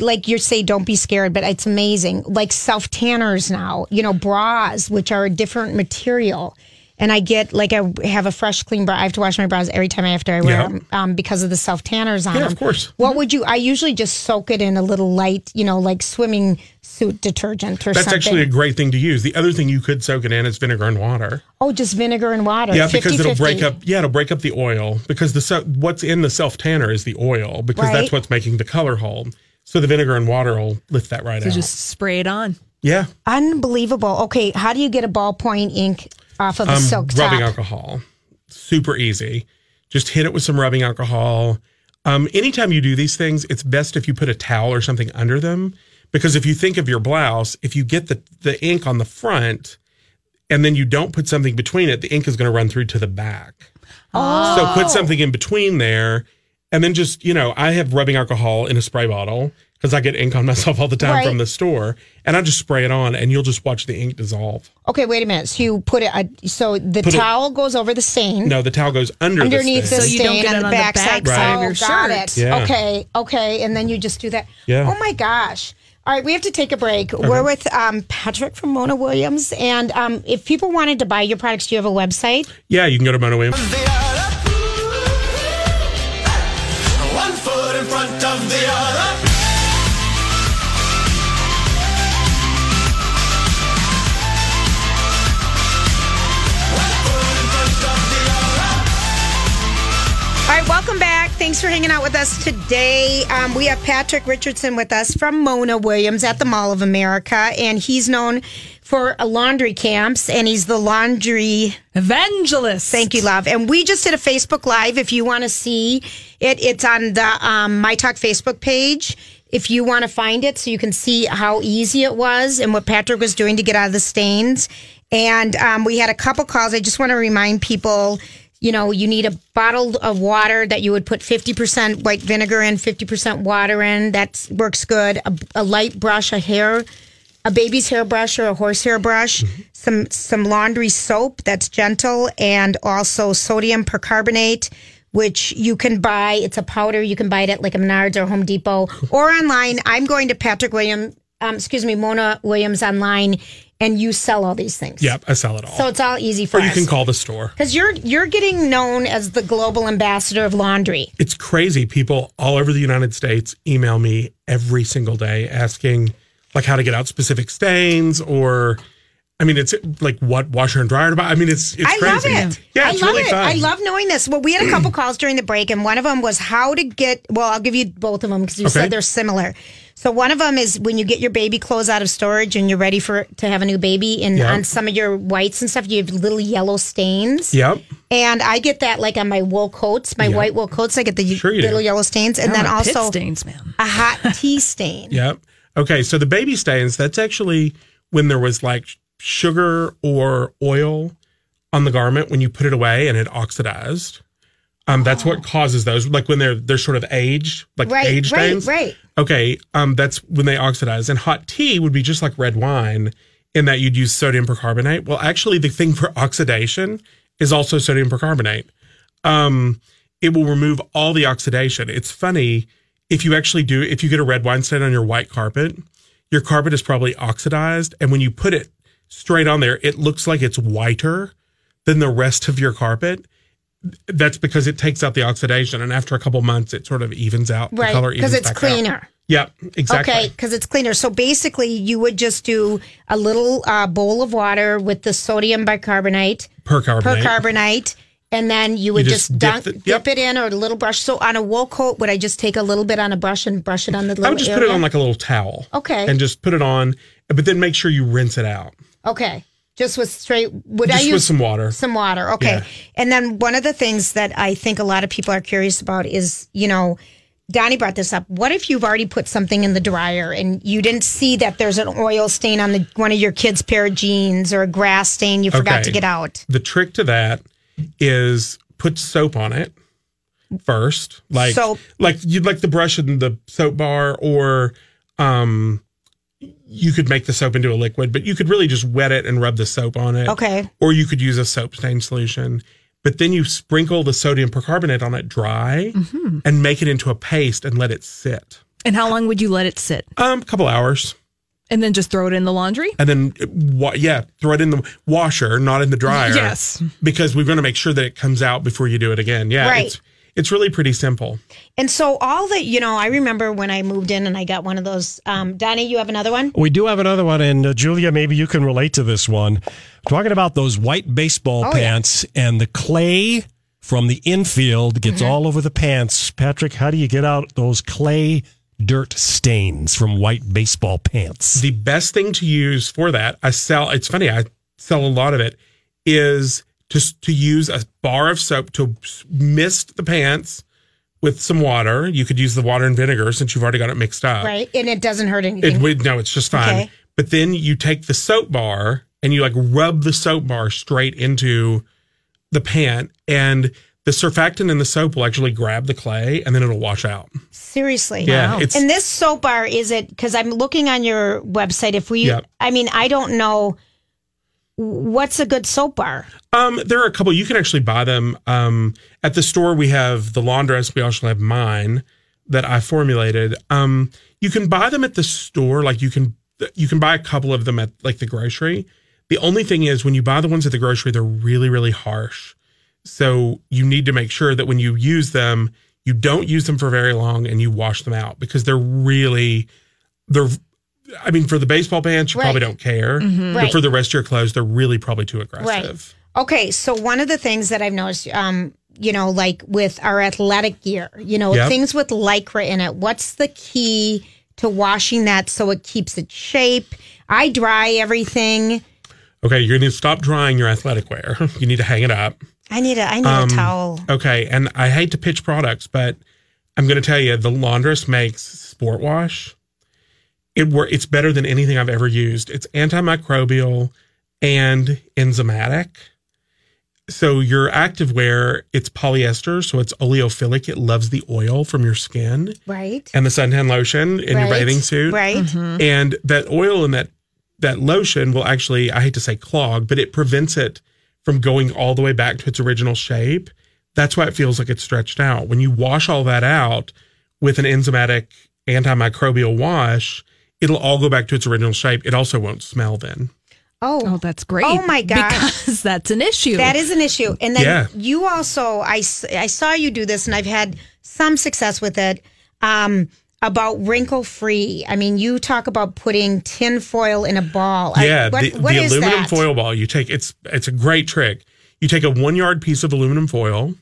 Speaker 2: like you say, don't be scared, but it's amazing. Like self tanners now, you know, bras which are a different material, and I get like I have a fresh clean bra. I have to wash my bras every time after I wear
Speaker 11: Yeah.
Speaker 2: them um, because of the self tanners on
Speaker 11: Yeah,
Speaker 2: them.
Speaker 11: of course. Mm-hmm.
Speaker 2: What would you? I usually just soak it in a little light, you know, like swimming suit detergent or
Speaker 11: That's
Speaker 2: something.
Speaker 11: actually a great thing to use. The other thing you could soak it in is vinegar and water.
Speaker 2: oh, just vinegar and water.
Speaker 11: yeah, because it'll
Speaker 2: 50-50.
Speaker 11: break up. Yeah, it'll break up the oil because the so- what's in the self tanner is the oil because
Speaker 2: Right.
Speaker 11: that's what's making the color hold. So the vinegar and water will lift that right
Speaker 3: So
Speaker 11: out.
Speaker 3: just spray it on.
Speaker 11: yeah,
Speaker 2: Unbelievable. Okay, how do you get a ballpoint ink off of a
Speaker 11: Um,
Speaker 2: silk top.
Speaker 11: rubbing alcohol. Super easy. Just hit it with some rubbing alcohol. Um, anytime you do these things, it's best if you put a towel or something under them because if you think of your blouse, if you get the, the ink on the front and then you don't put something between it, the ink is going to run through to the back. So
Speaker 2: Oh.
Speaker 11: put something in between there. And then just, you know, I have rubbing alcohol in a spray bottle because I get ink on myself all the time
Speaker 2: Right.
Speaker 11: from the store. And I just spray it on and you'll just watch the ink dissolve.
Speaker 2: Okay, wait a minute. So you put it. I- So the
Speaker 11: Put it-
Speaker 2: towel goes over the stain.
Speaker 11: No, the towel goes under
Speaker 2: underneath
Speaker 11: the
Speaker 2: the
Speaker 11: stain.
Speaker 2: stain on, the back, side.
Speaker 11: Right.
Speaker 2: Oh, got it.
Speaker 11: Yeah.
Speaker 2: Okay, okay, and then you just do that.
Speaker 11: Yeah.
Speaker 2: Oh my gosh. All right, we have to take a break. We're with um, Patrick from Mona Williams, and um, if people wanted to buy your products, do you have a website?
Speaker 11: Yeah, you can go to Mona Williams.
Speaker 10: One foot in front of the other.
Speaker 2: All right, welcome back. Thanks for hanging out with us today. Um, we have Patrick Richardson with us from Mona Williams at the Mall of America, and he's known for uh, laundry camps, and he's the laundry
Speaker 3: evangelist.
Speaker 2: Thank you, love. And we just did a Facebook Live. If you want to see it, it's on the um, My Talk Facebook page. If you want to find it, so you can see how easy it was and what Patrick was doing to get out of the stains. And um, we had a couple calls. I just want to remind people you know, you need a bottle of water that you would put 50% white vinegar in, 50% water in. That works good. A, a light brush, a hair, a baby's hairbrush or a horsehair brush.
Speaker 11: Mm-hmm.
Speaker 2: Some some laundry soap that's gentle, and also sodium percarbonate, which you can buy. It's a powder. You can buy it at like a Menards or Home Depot or online. I'm going to Patrick William, um, excuse me, Mona Williams online, and you sell all these things.
Speaker 11: Yep, I sell it all.
Speaker 2: So it's all easy for
Speaker 11: or you
Speaker 2: us.
Speaker 11: can call the store.
Speaker 2: Because you're you're getting known as the global ambassador of laundry.
Speaker 11: It's crazy. People all over the United States email me every single day asking like how to get out specific stains or I mean it's like what washer and dryer to buy. I mean it's it's
Speaker 2: I
Speaker 11: crazy.
Speaker 2: love it.
Speaker 11: Yeah,
Speaker 2: I
Speaker 11: it's
Speaker 2: love
Speaker 11: really
Speaker 2: it.
Speaker 11: fun.
Speaker 2: I love knowing this. Well, we had a couple calls during the break, and one of them was how to get. Well, I'll give you both of them because you
Speaker 11: Okay.
Speaker 2: said they're similar. So one of them is when you get your baby clothes out of storage and you're ready for to have a new baby, and
Speaker 11: Yeah.
Speaker 2: on some of your whites and stuff, you have little yellow stains.
Speaker 11: Yep.
Speaker 2: And I get that like on my wool coats, my
Speaker 11: Yeah.
Speaker 2: white wool coats. I get the
Speaker 11: you do.
Speaker 2: little yellow stains, and
Speaker 3: I
Speaker 2: then
Speaker 3: want pit
Speaker 2: also
Speaker 3: stains, man.
Speaker 2: a hot tea stain.
Speaker 11: Yep. Okay, so the baby stains, that's actually when there was like sugar or oil on the garment when you put it away and it oxidized. Um, that's what causes those. Like when they're they're sort of aged, like
Speaker 2: Oh. Right,
Speaker 11: age
Speaker 2: right,
Speaker 11: stains.
Speaker 2: right.
Speaker 11: Okay, um, that's when they oxidize. And hot tea would be just like red wine in that you'd use sodium percarbonate. Well, actually, the thing for oxidation is also sodium percarbonate. Um, it will remove all the oxidation. It's funny if you actually do, if you get a red wine stain on your white carpet, your carpet is probably oxidized. And when you put it straight on there, it looks like it's whiter than the rest of your carpet. That's because it takes out the oxidation. And after a couple months, it sort of evens out. the color
Speaker 2: Right, because
Speaker 11: evens
Speaker 2: it's
Speaker 11: back out.
Speaker 2: cleaner.
Speaker 11: Yep, exactly.
Speaker 2: Okay, because it's cleaner. So basically, you would just do a little uh, bowl of water with the sodium bicarbonate,
Speaker 11: Percarbonate.
Speaker 2: percarbonate, and then you would
Speaker 11: You
Speaker 2: just,
Speaker 11: just dip
Speaker 2: dunk,
Speaker 11: the-
Speaker 2: dip,
Speaker 11: yep.
Speaker 2: it in or a little brush. So on a wool coat, would I just take a little bit on a brush and brush it on the little
Speaker 11: I would just
Speaker 2: area?
Speaker 11: put it on like a little towel.
Speaker 2: Okay.
Speaker 11: And just put it on, but then make sure you rinse it out.
Speaker 2: Okay. Just with straight, would I
Speaker 11: Just
Speaker 2: use
Speaker 11: with some water.
Speaker 2: Some water, okay.
Speaker 11: Yeah.
Speaker 2: And then one of the things that I think a lot of people are curious about is, you know, Donnie brought this up. What if you've already put something in the dryer and you didn't see that there's an oil stain on the one of your kids' pair of jeans or a grass stain you forgot
Speaker 11: Okay.
Speaker 2: to get out?
Speaker 11: The trick to that is put soap on it first, like
Speaker 2: Soap.
Speaker 11: like you'd like the brush in the soap bar, or um, you could make the soap into a liquid, but you could really just wet it and rub the soap on it.
Speaker 2: Okay.
Speaker 11: Or you could use a soap stain solution, but then you sprinkle the sodium percarbonate on it dry
Speaker 2: Mm-hmm.
Speaker 11: and make it into a paste and let it sit.
Speaker 3: And how long would you let it sit?
Speaker 11: Um, a couple hours.
Speaker 3: And then just throw it in the laundry?
Speaker 11: and then uh, wa- yeah, throw it in the washer, not in the dryer.
Speaker 3: Yes.
Speaker 11: because we're going to make sure that it comes out before you do it again. Yeah,
Speaker 2: Right.
Speaker 11: it's it's really pretty simple.
Speaker 2: And so all that, you know, I remember when I moved in and I got one of those. Um, Donnie, you have another one?
Speaker 1: We do have another one, and uh, Julia, maybe you can relate to this one. Talking about those white baseball
Speaker 2: Oh, yeah.
Speaker 1: pants and the clay from the infield gets
Speaker 2: Mm-hmm.
Speaker 1: all over the pants. Patrick, how do you get out those clay dirt stains from white baseball pants?
Speaker 11: The best thing to use for that, I sell. It's funny, I sell a lot of it. is to to use a bar of soap to mist the pants with some water. You could use the water and vinegar since you've already got it mixed up.
Speaker 2: right? And it doesn't hurt anything.
Speaker 11: Uh, It would no, it's just fine.
Speaker 2: Okay.
Speaker 11: But then you take the soap bar and you like rub the soap bar straight into the pant, and the surfactant in the soap will actually grab the clay, and then it'll wash out.
Speaker 2: Seriously.
Speaker 11: Yeah, Wow. it's-
Speaker 2: And this soap bar is it because I'm looking on your website. If we,
Speaker 11: Yeah.
Speaker 2: I mean, I don't know what's a good soap bar.
Speaker 11: Um, there are a couple. You can actually buy them um, at the store. We have the laundress. We also have mine that I formulated. Um, you can buy them at the store. Like you can you can buy a couple of them at like the grocery. The only thing is when you buy the ones at the grocery, they're really really harsh. So you need to make sure that when you use them, you don't use them for very long and you wash them out because they're really they're. I mean, for the baseball pants, you probably
Speaker 2: Right.
Speaker 11: don't care,
Speaker 2: Mhm.
Speaker 11: but
Speaker 2: Right.
Speaker 11: for the rest of your clothes, they're really probably too aggressive.
Speaker 2: Right. Okay. So one of the things that I've noticed, um, you know, like with our athletic gear, you know,
Speaker 11: Yep.
Speaker 2: things with lycra in it. What's the key to washing that so it keeps its shape? I dry everything.
Speaker 11: Okay, you're going to stop drying your athletic wear. You need to hang it up.
Speaker 2: I need a I need
Speaker 11: Um,
Speaker 2: a towel.
Speaker 11: Okay, and I hate to pitch products, but I'm going to tell you the laundress makes sport wash. It wor- it's better than anything I've ever used. It's antimicrobial and enzymatic. So your active wear, it's polyester, so it's oleophilic. It loves the oil from your skin
Speaker 2: Right.
Speaker 11: and the suntan lotion in your
Speaker 2: Right,
Speaker 11: bathing suit.
Speaker 2: right. Mhm.
Speaker 11: And that oil and that that lotion will actually, I hate to say clog, but it prevents it from going all the way back to its original shape. That's why it feels like it's stretched out. When you wash all that out with an enzymatic antimicrobial wash, it'll all go back to its original shape. It also won't smell then.
Speaker 2: Oh,
Speaker 3: oh, that's great.
Speaker 2: Oh my gosh.
Speaker 3: because that's an issue.
Speaker 2: That is an issue. And then
Speaker 3: Yeah.
Speaker 2: you also, I, s- I saw you do this and I've had some success with it um, about wrinkle free. I mean, you talk about putting tin foil in a ball. I-
Speaker 11: Yeah,
Speaker 2: what-
Speaker 11: the,
Speaker 2: what
Speaker 11: the
Speaker 2: is
Speaker 11: aluminum
Speaker 2: that?
Speaker 11: foil ball. You take it's it's a great trick. You take a one yard piece of aluminum foil,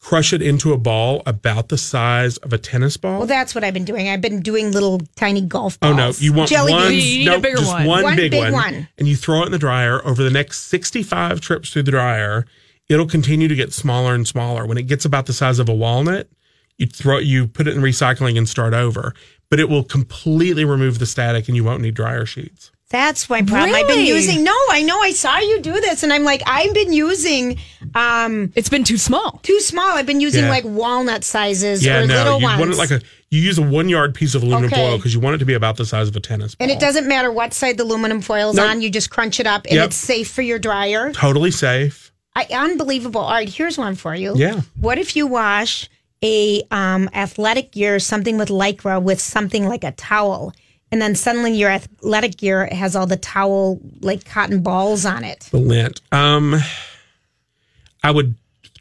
Speaker 11: crush it into a ball about the size of a tennis ball.
Speaker 2: Well, that's what I've been doing. I've been doing little tiny golf balls.
Speaker 11: Oh no! You want
Speaker 2: Jelly
Speaker 11: one?
Speaker 2: beans.
Speaker 11: no, just one, big, one,
Speaker 2: one.
Speaker 11: and you throw it in the dryer. Over the next sixty-five trips through the dryer, it'll continue to get smaller and smaller. When it gets about the size of a walnut, you throw you put it in recycling and start over. But it will completely remove the static, and you won't need dryer sheets.
Speaker 2: That's my problem. I've been
Speaker 3: Really?
Speaker 2: using. No, I know. I saw you do this, and I'm like, I've been using. um
Speaker 3: It's been too small.
Speaker 2: Too small. I've been using
Speaker 11: Yeah.
Speaker 2: like walnut sizes
Speaker 11: Yeah,
Speaker 2: or
Speaker 11: no,
Speaker 2: little
Speaker 11: you
Speaker 2: ones.
Speaker 11: want it like a you use a one-yard piece of aluminum
Speaker 2: Okay.
Speaker 11: foil because you want it to be about the size of a tennis ball.
Speaker 2: And it doesn't matter what side the aluminum foil is
Speaker 11: Oh. Nope.
Speaker 2: on, you just crunch it up and
Speaker 11: Yep.
Speaker 2: it's safe for your dryer.
Speaker 11: Totally safe.
Speaker 2: I, unbelievable. All right, here's one for you.
Speaker 11: Yeah.
Speaker 2: What if you wash a um, athletic gear, something with lycra, with something like a towel, and then suddenly your athletic gear has all the towel, like cotton balls on it?
Speaker 11: The lint. Um, I would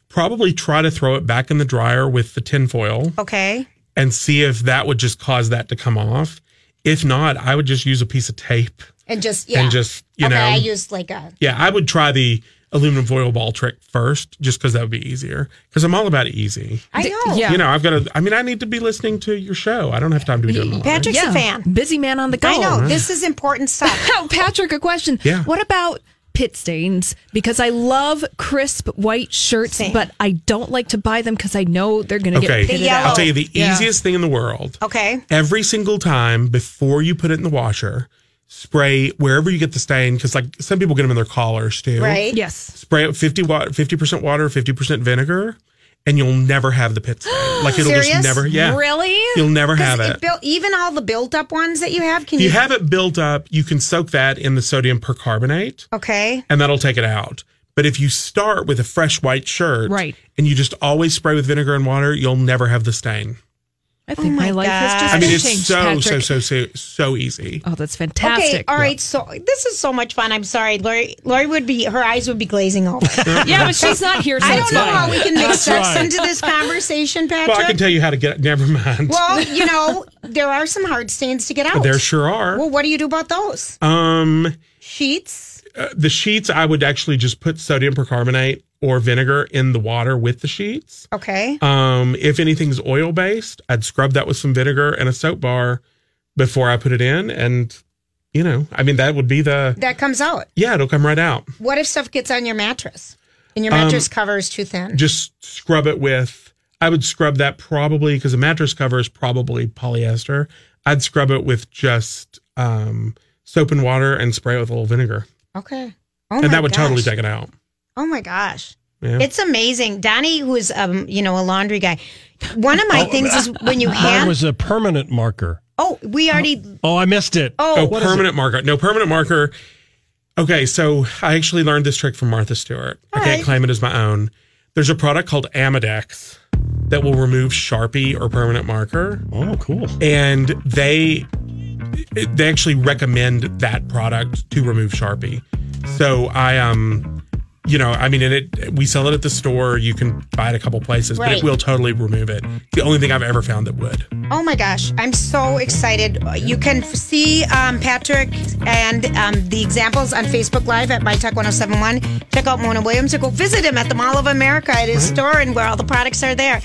Speaker 11: probably try to throw it back in the dryer with the tin foil.
Speaker 2: Okay.
Speaker 11: and see if that would just cause that to come off. If not, I would just use a piece of tape.
Speaker 2: And just, yeah.
Speaker 11: And just, you
Speaker 2: okay,
Speaker 11: know.
Speaker 2: I used like a.
Speaker 11: Yeah, I would try the aluminum foil ball trick first, just because that would be easier. Because I'm all about easy.
Speaker 2: I know.
Speaker 11: You know, I've got to. I mean, I need to be listening to your show. I don't have time to be doing all that.
Speaker 2: Patrick's a fan.
Speaker 3: Busy man on the go.
Speaker 2: I know.
Speaker 11: Right.
Speaker 2: This is important stuff.
Speaker 3: Oh, Patrick, a question.
Speaker 11: Yeah.
Speaker 3: What about pit stains? Because I love crisp white shirts, but I don't like to buy them because I know they're going to
Speaker 11: Okay,
Speaker 3: get pitted out.
Speaker 11: I'll tell you the
Speaker 3: Yeah.
Speaker 11: easiest thing in the world.
Speaker 2: Okay.
Speaker 11: Every single time before you put it in the washer, spray wherever you get the stain because like some people get them in their collars too.
Speaker 2: Right?
Speaker 3: Yes.
Speaker 11: spray it with 50 water, 50% water, 50% vinegar, and you'll never have the pit stain. Like it'll
Speaker 2: Serious?
Speaker 11: just never, yeah.
Speaker 2: Really?
Speaker 11: You'll never
Speaker 2: 'Cause
Speaker 11: have it.
Speaker 2: built- even all the built up ones that you have, can
Speaker 11: if
Speaker 2: you.
Speaker 11: you have it built up, you can soak that in the sodium percarbonate
Speaker 2: okay.
Speaker 11: and that'll take it out. But if you start with a fresh white shirt
Speaker 3: Right.
Speaker 11: and you just always spray with vinegar and water, you'll never have the stain.
Speaker 3: I
Speaker 2: Oh
Speaker 3: think my, life has just
Speaker 11: I mean,
Speaker 3: been
Speaker 11: it's
Speaker 3: changed,
Speaker 11: so,
Speaker 3: Patrick.
Speaker 11: so, so, so, so easy.
Speaker 3: Oh, that's fantastic.
Speaker 2: Okay, all right. So this is so much fun. I'm sorry, Lori. Lori would be her eyes would be glazing over.
Speaker 3: Yeah, but she's not here, so
Speaker 2: I
Speaker 3: it's
Speaker 2: don't know
Speaker 3: fine.
Speaker 2: how we can make
Speaker 11: That's
Speaker 2: sense
Speaker 11: right.
Speaker 2: into this conversation, Patrick.
Speaker 11: Well, I can tell you how to get it. Never mind.
Speaker 2: Well, you know, there are some hard stains to get out.
Speaker 11: there sure are.
Speaker 2: Well, what do you do about those
Speaker 11: um,
Speaker 2: sheets?
Speaker 11: uh, the sheets, I would actually just put sodium percarbonate or vinegar in the water with the sheets.
Speaker 2: Okay.
Speaker 11: Um, if anything's oil based, I'd scrub that with some vinegar and a soap bar before I put it in, and You know, I mean, that would be the
Speaker 2: That comes out.
Speaker 11: yeah. It'll come right out.
Speaker 2: What if stuff gets on your mattress and your
Speaker 11: Um,
Speaker 2: mattress cover is too thin?
Speaker 11: Just scrub it with. I would scrub that probably because the mattress cover is probably polyester. I'd scrub it with just um, soap and water and spray it with a little vinegar,
Speaker 2: okay. Oh
Speaker 11: and
Speaker 2: my
Speaker 11: that would totally
Speaker 2: gosh.
Speaker 11: take it out.
Speaker 2: Oh my gosh.
Speaker 11: Yeah.
Speaker 2: It's amazing. Donnie, who is um, you know, a laundry guy. One of my
Speaker 1: Oh,
Speaker 2: things is when you
Speaker 1: mine
Speaker 2: have
Speaker 1: was a permanent marker.
Speaker 2: Oh, we already
Speaker 1: Oh, I missed it.
Speaker 2: Oh.
Speaker 1: What is it?
Speaker 11: permanent marker. No, permanent marker. Okay, so I actually learned this trick from Martha Stewart. I can't claim it as my own. There's a product called Amadex that will remove Sharpie or permanent marker.
Speaker 1: Oh, cool.
Speaker 11: And they it- they actually recommend that product to remove Sharpie. So I um you know, I mean, and it we sell it at the store. You can buy it a couple places, but
Speaker 2: Right.
Speaker 11: it will totally remove it. It's the only thing I've ever found that would.
Speaker 2: Oh my gosh, I'm so excited. You can f- see um, Patrick and um, the examples on Facebook Live at MyTech 1071. Check out Mona Williams or go visit him at the Mall of America at his store and where all the products are there.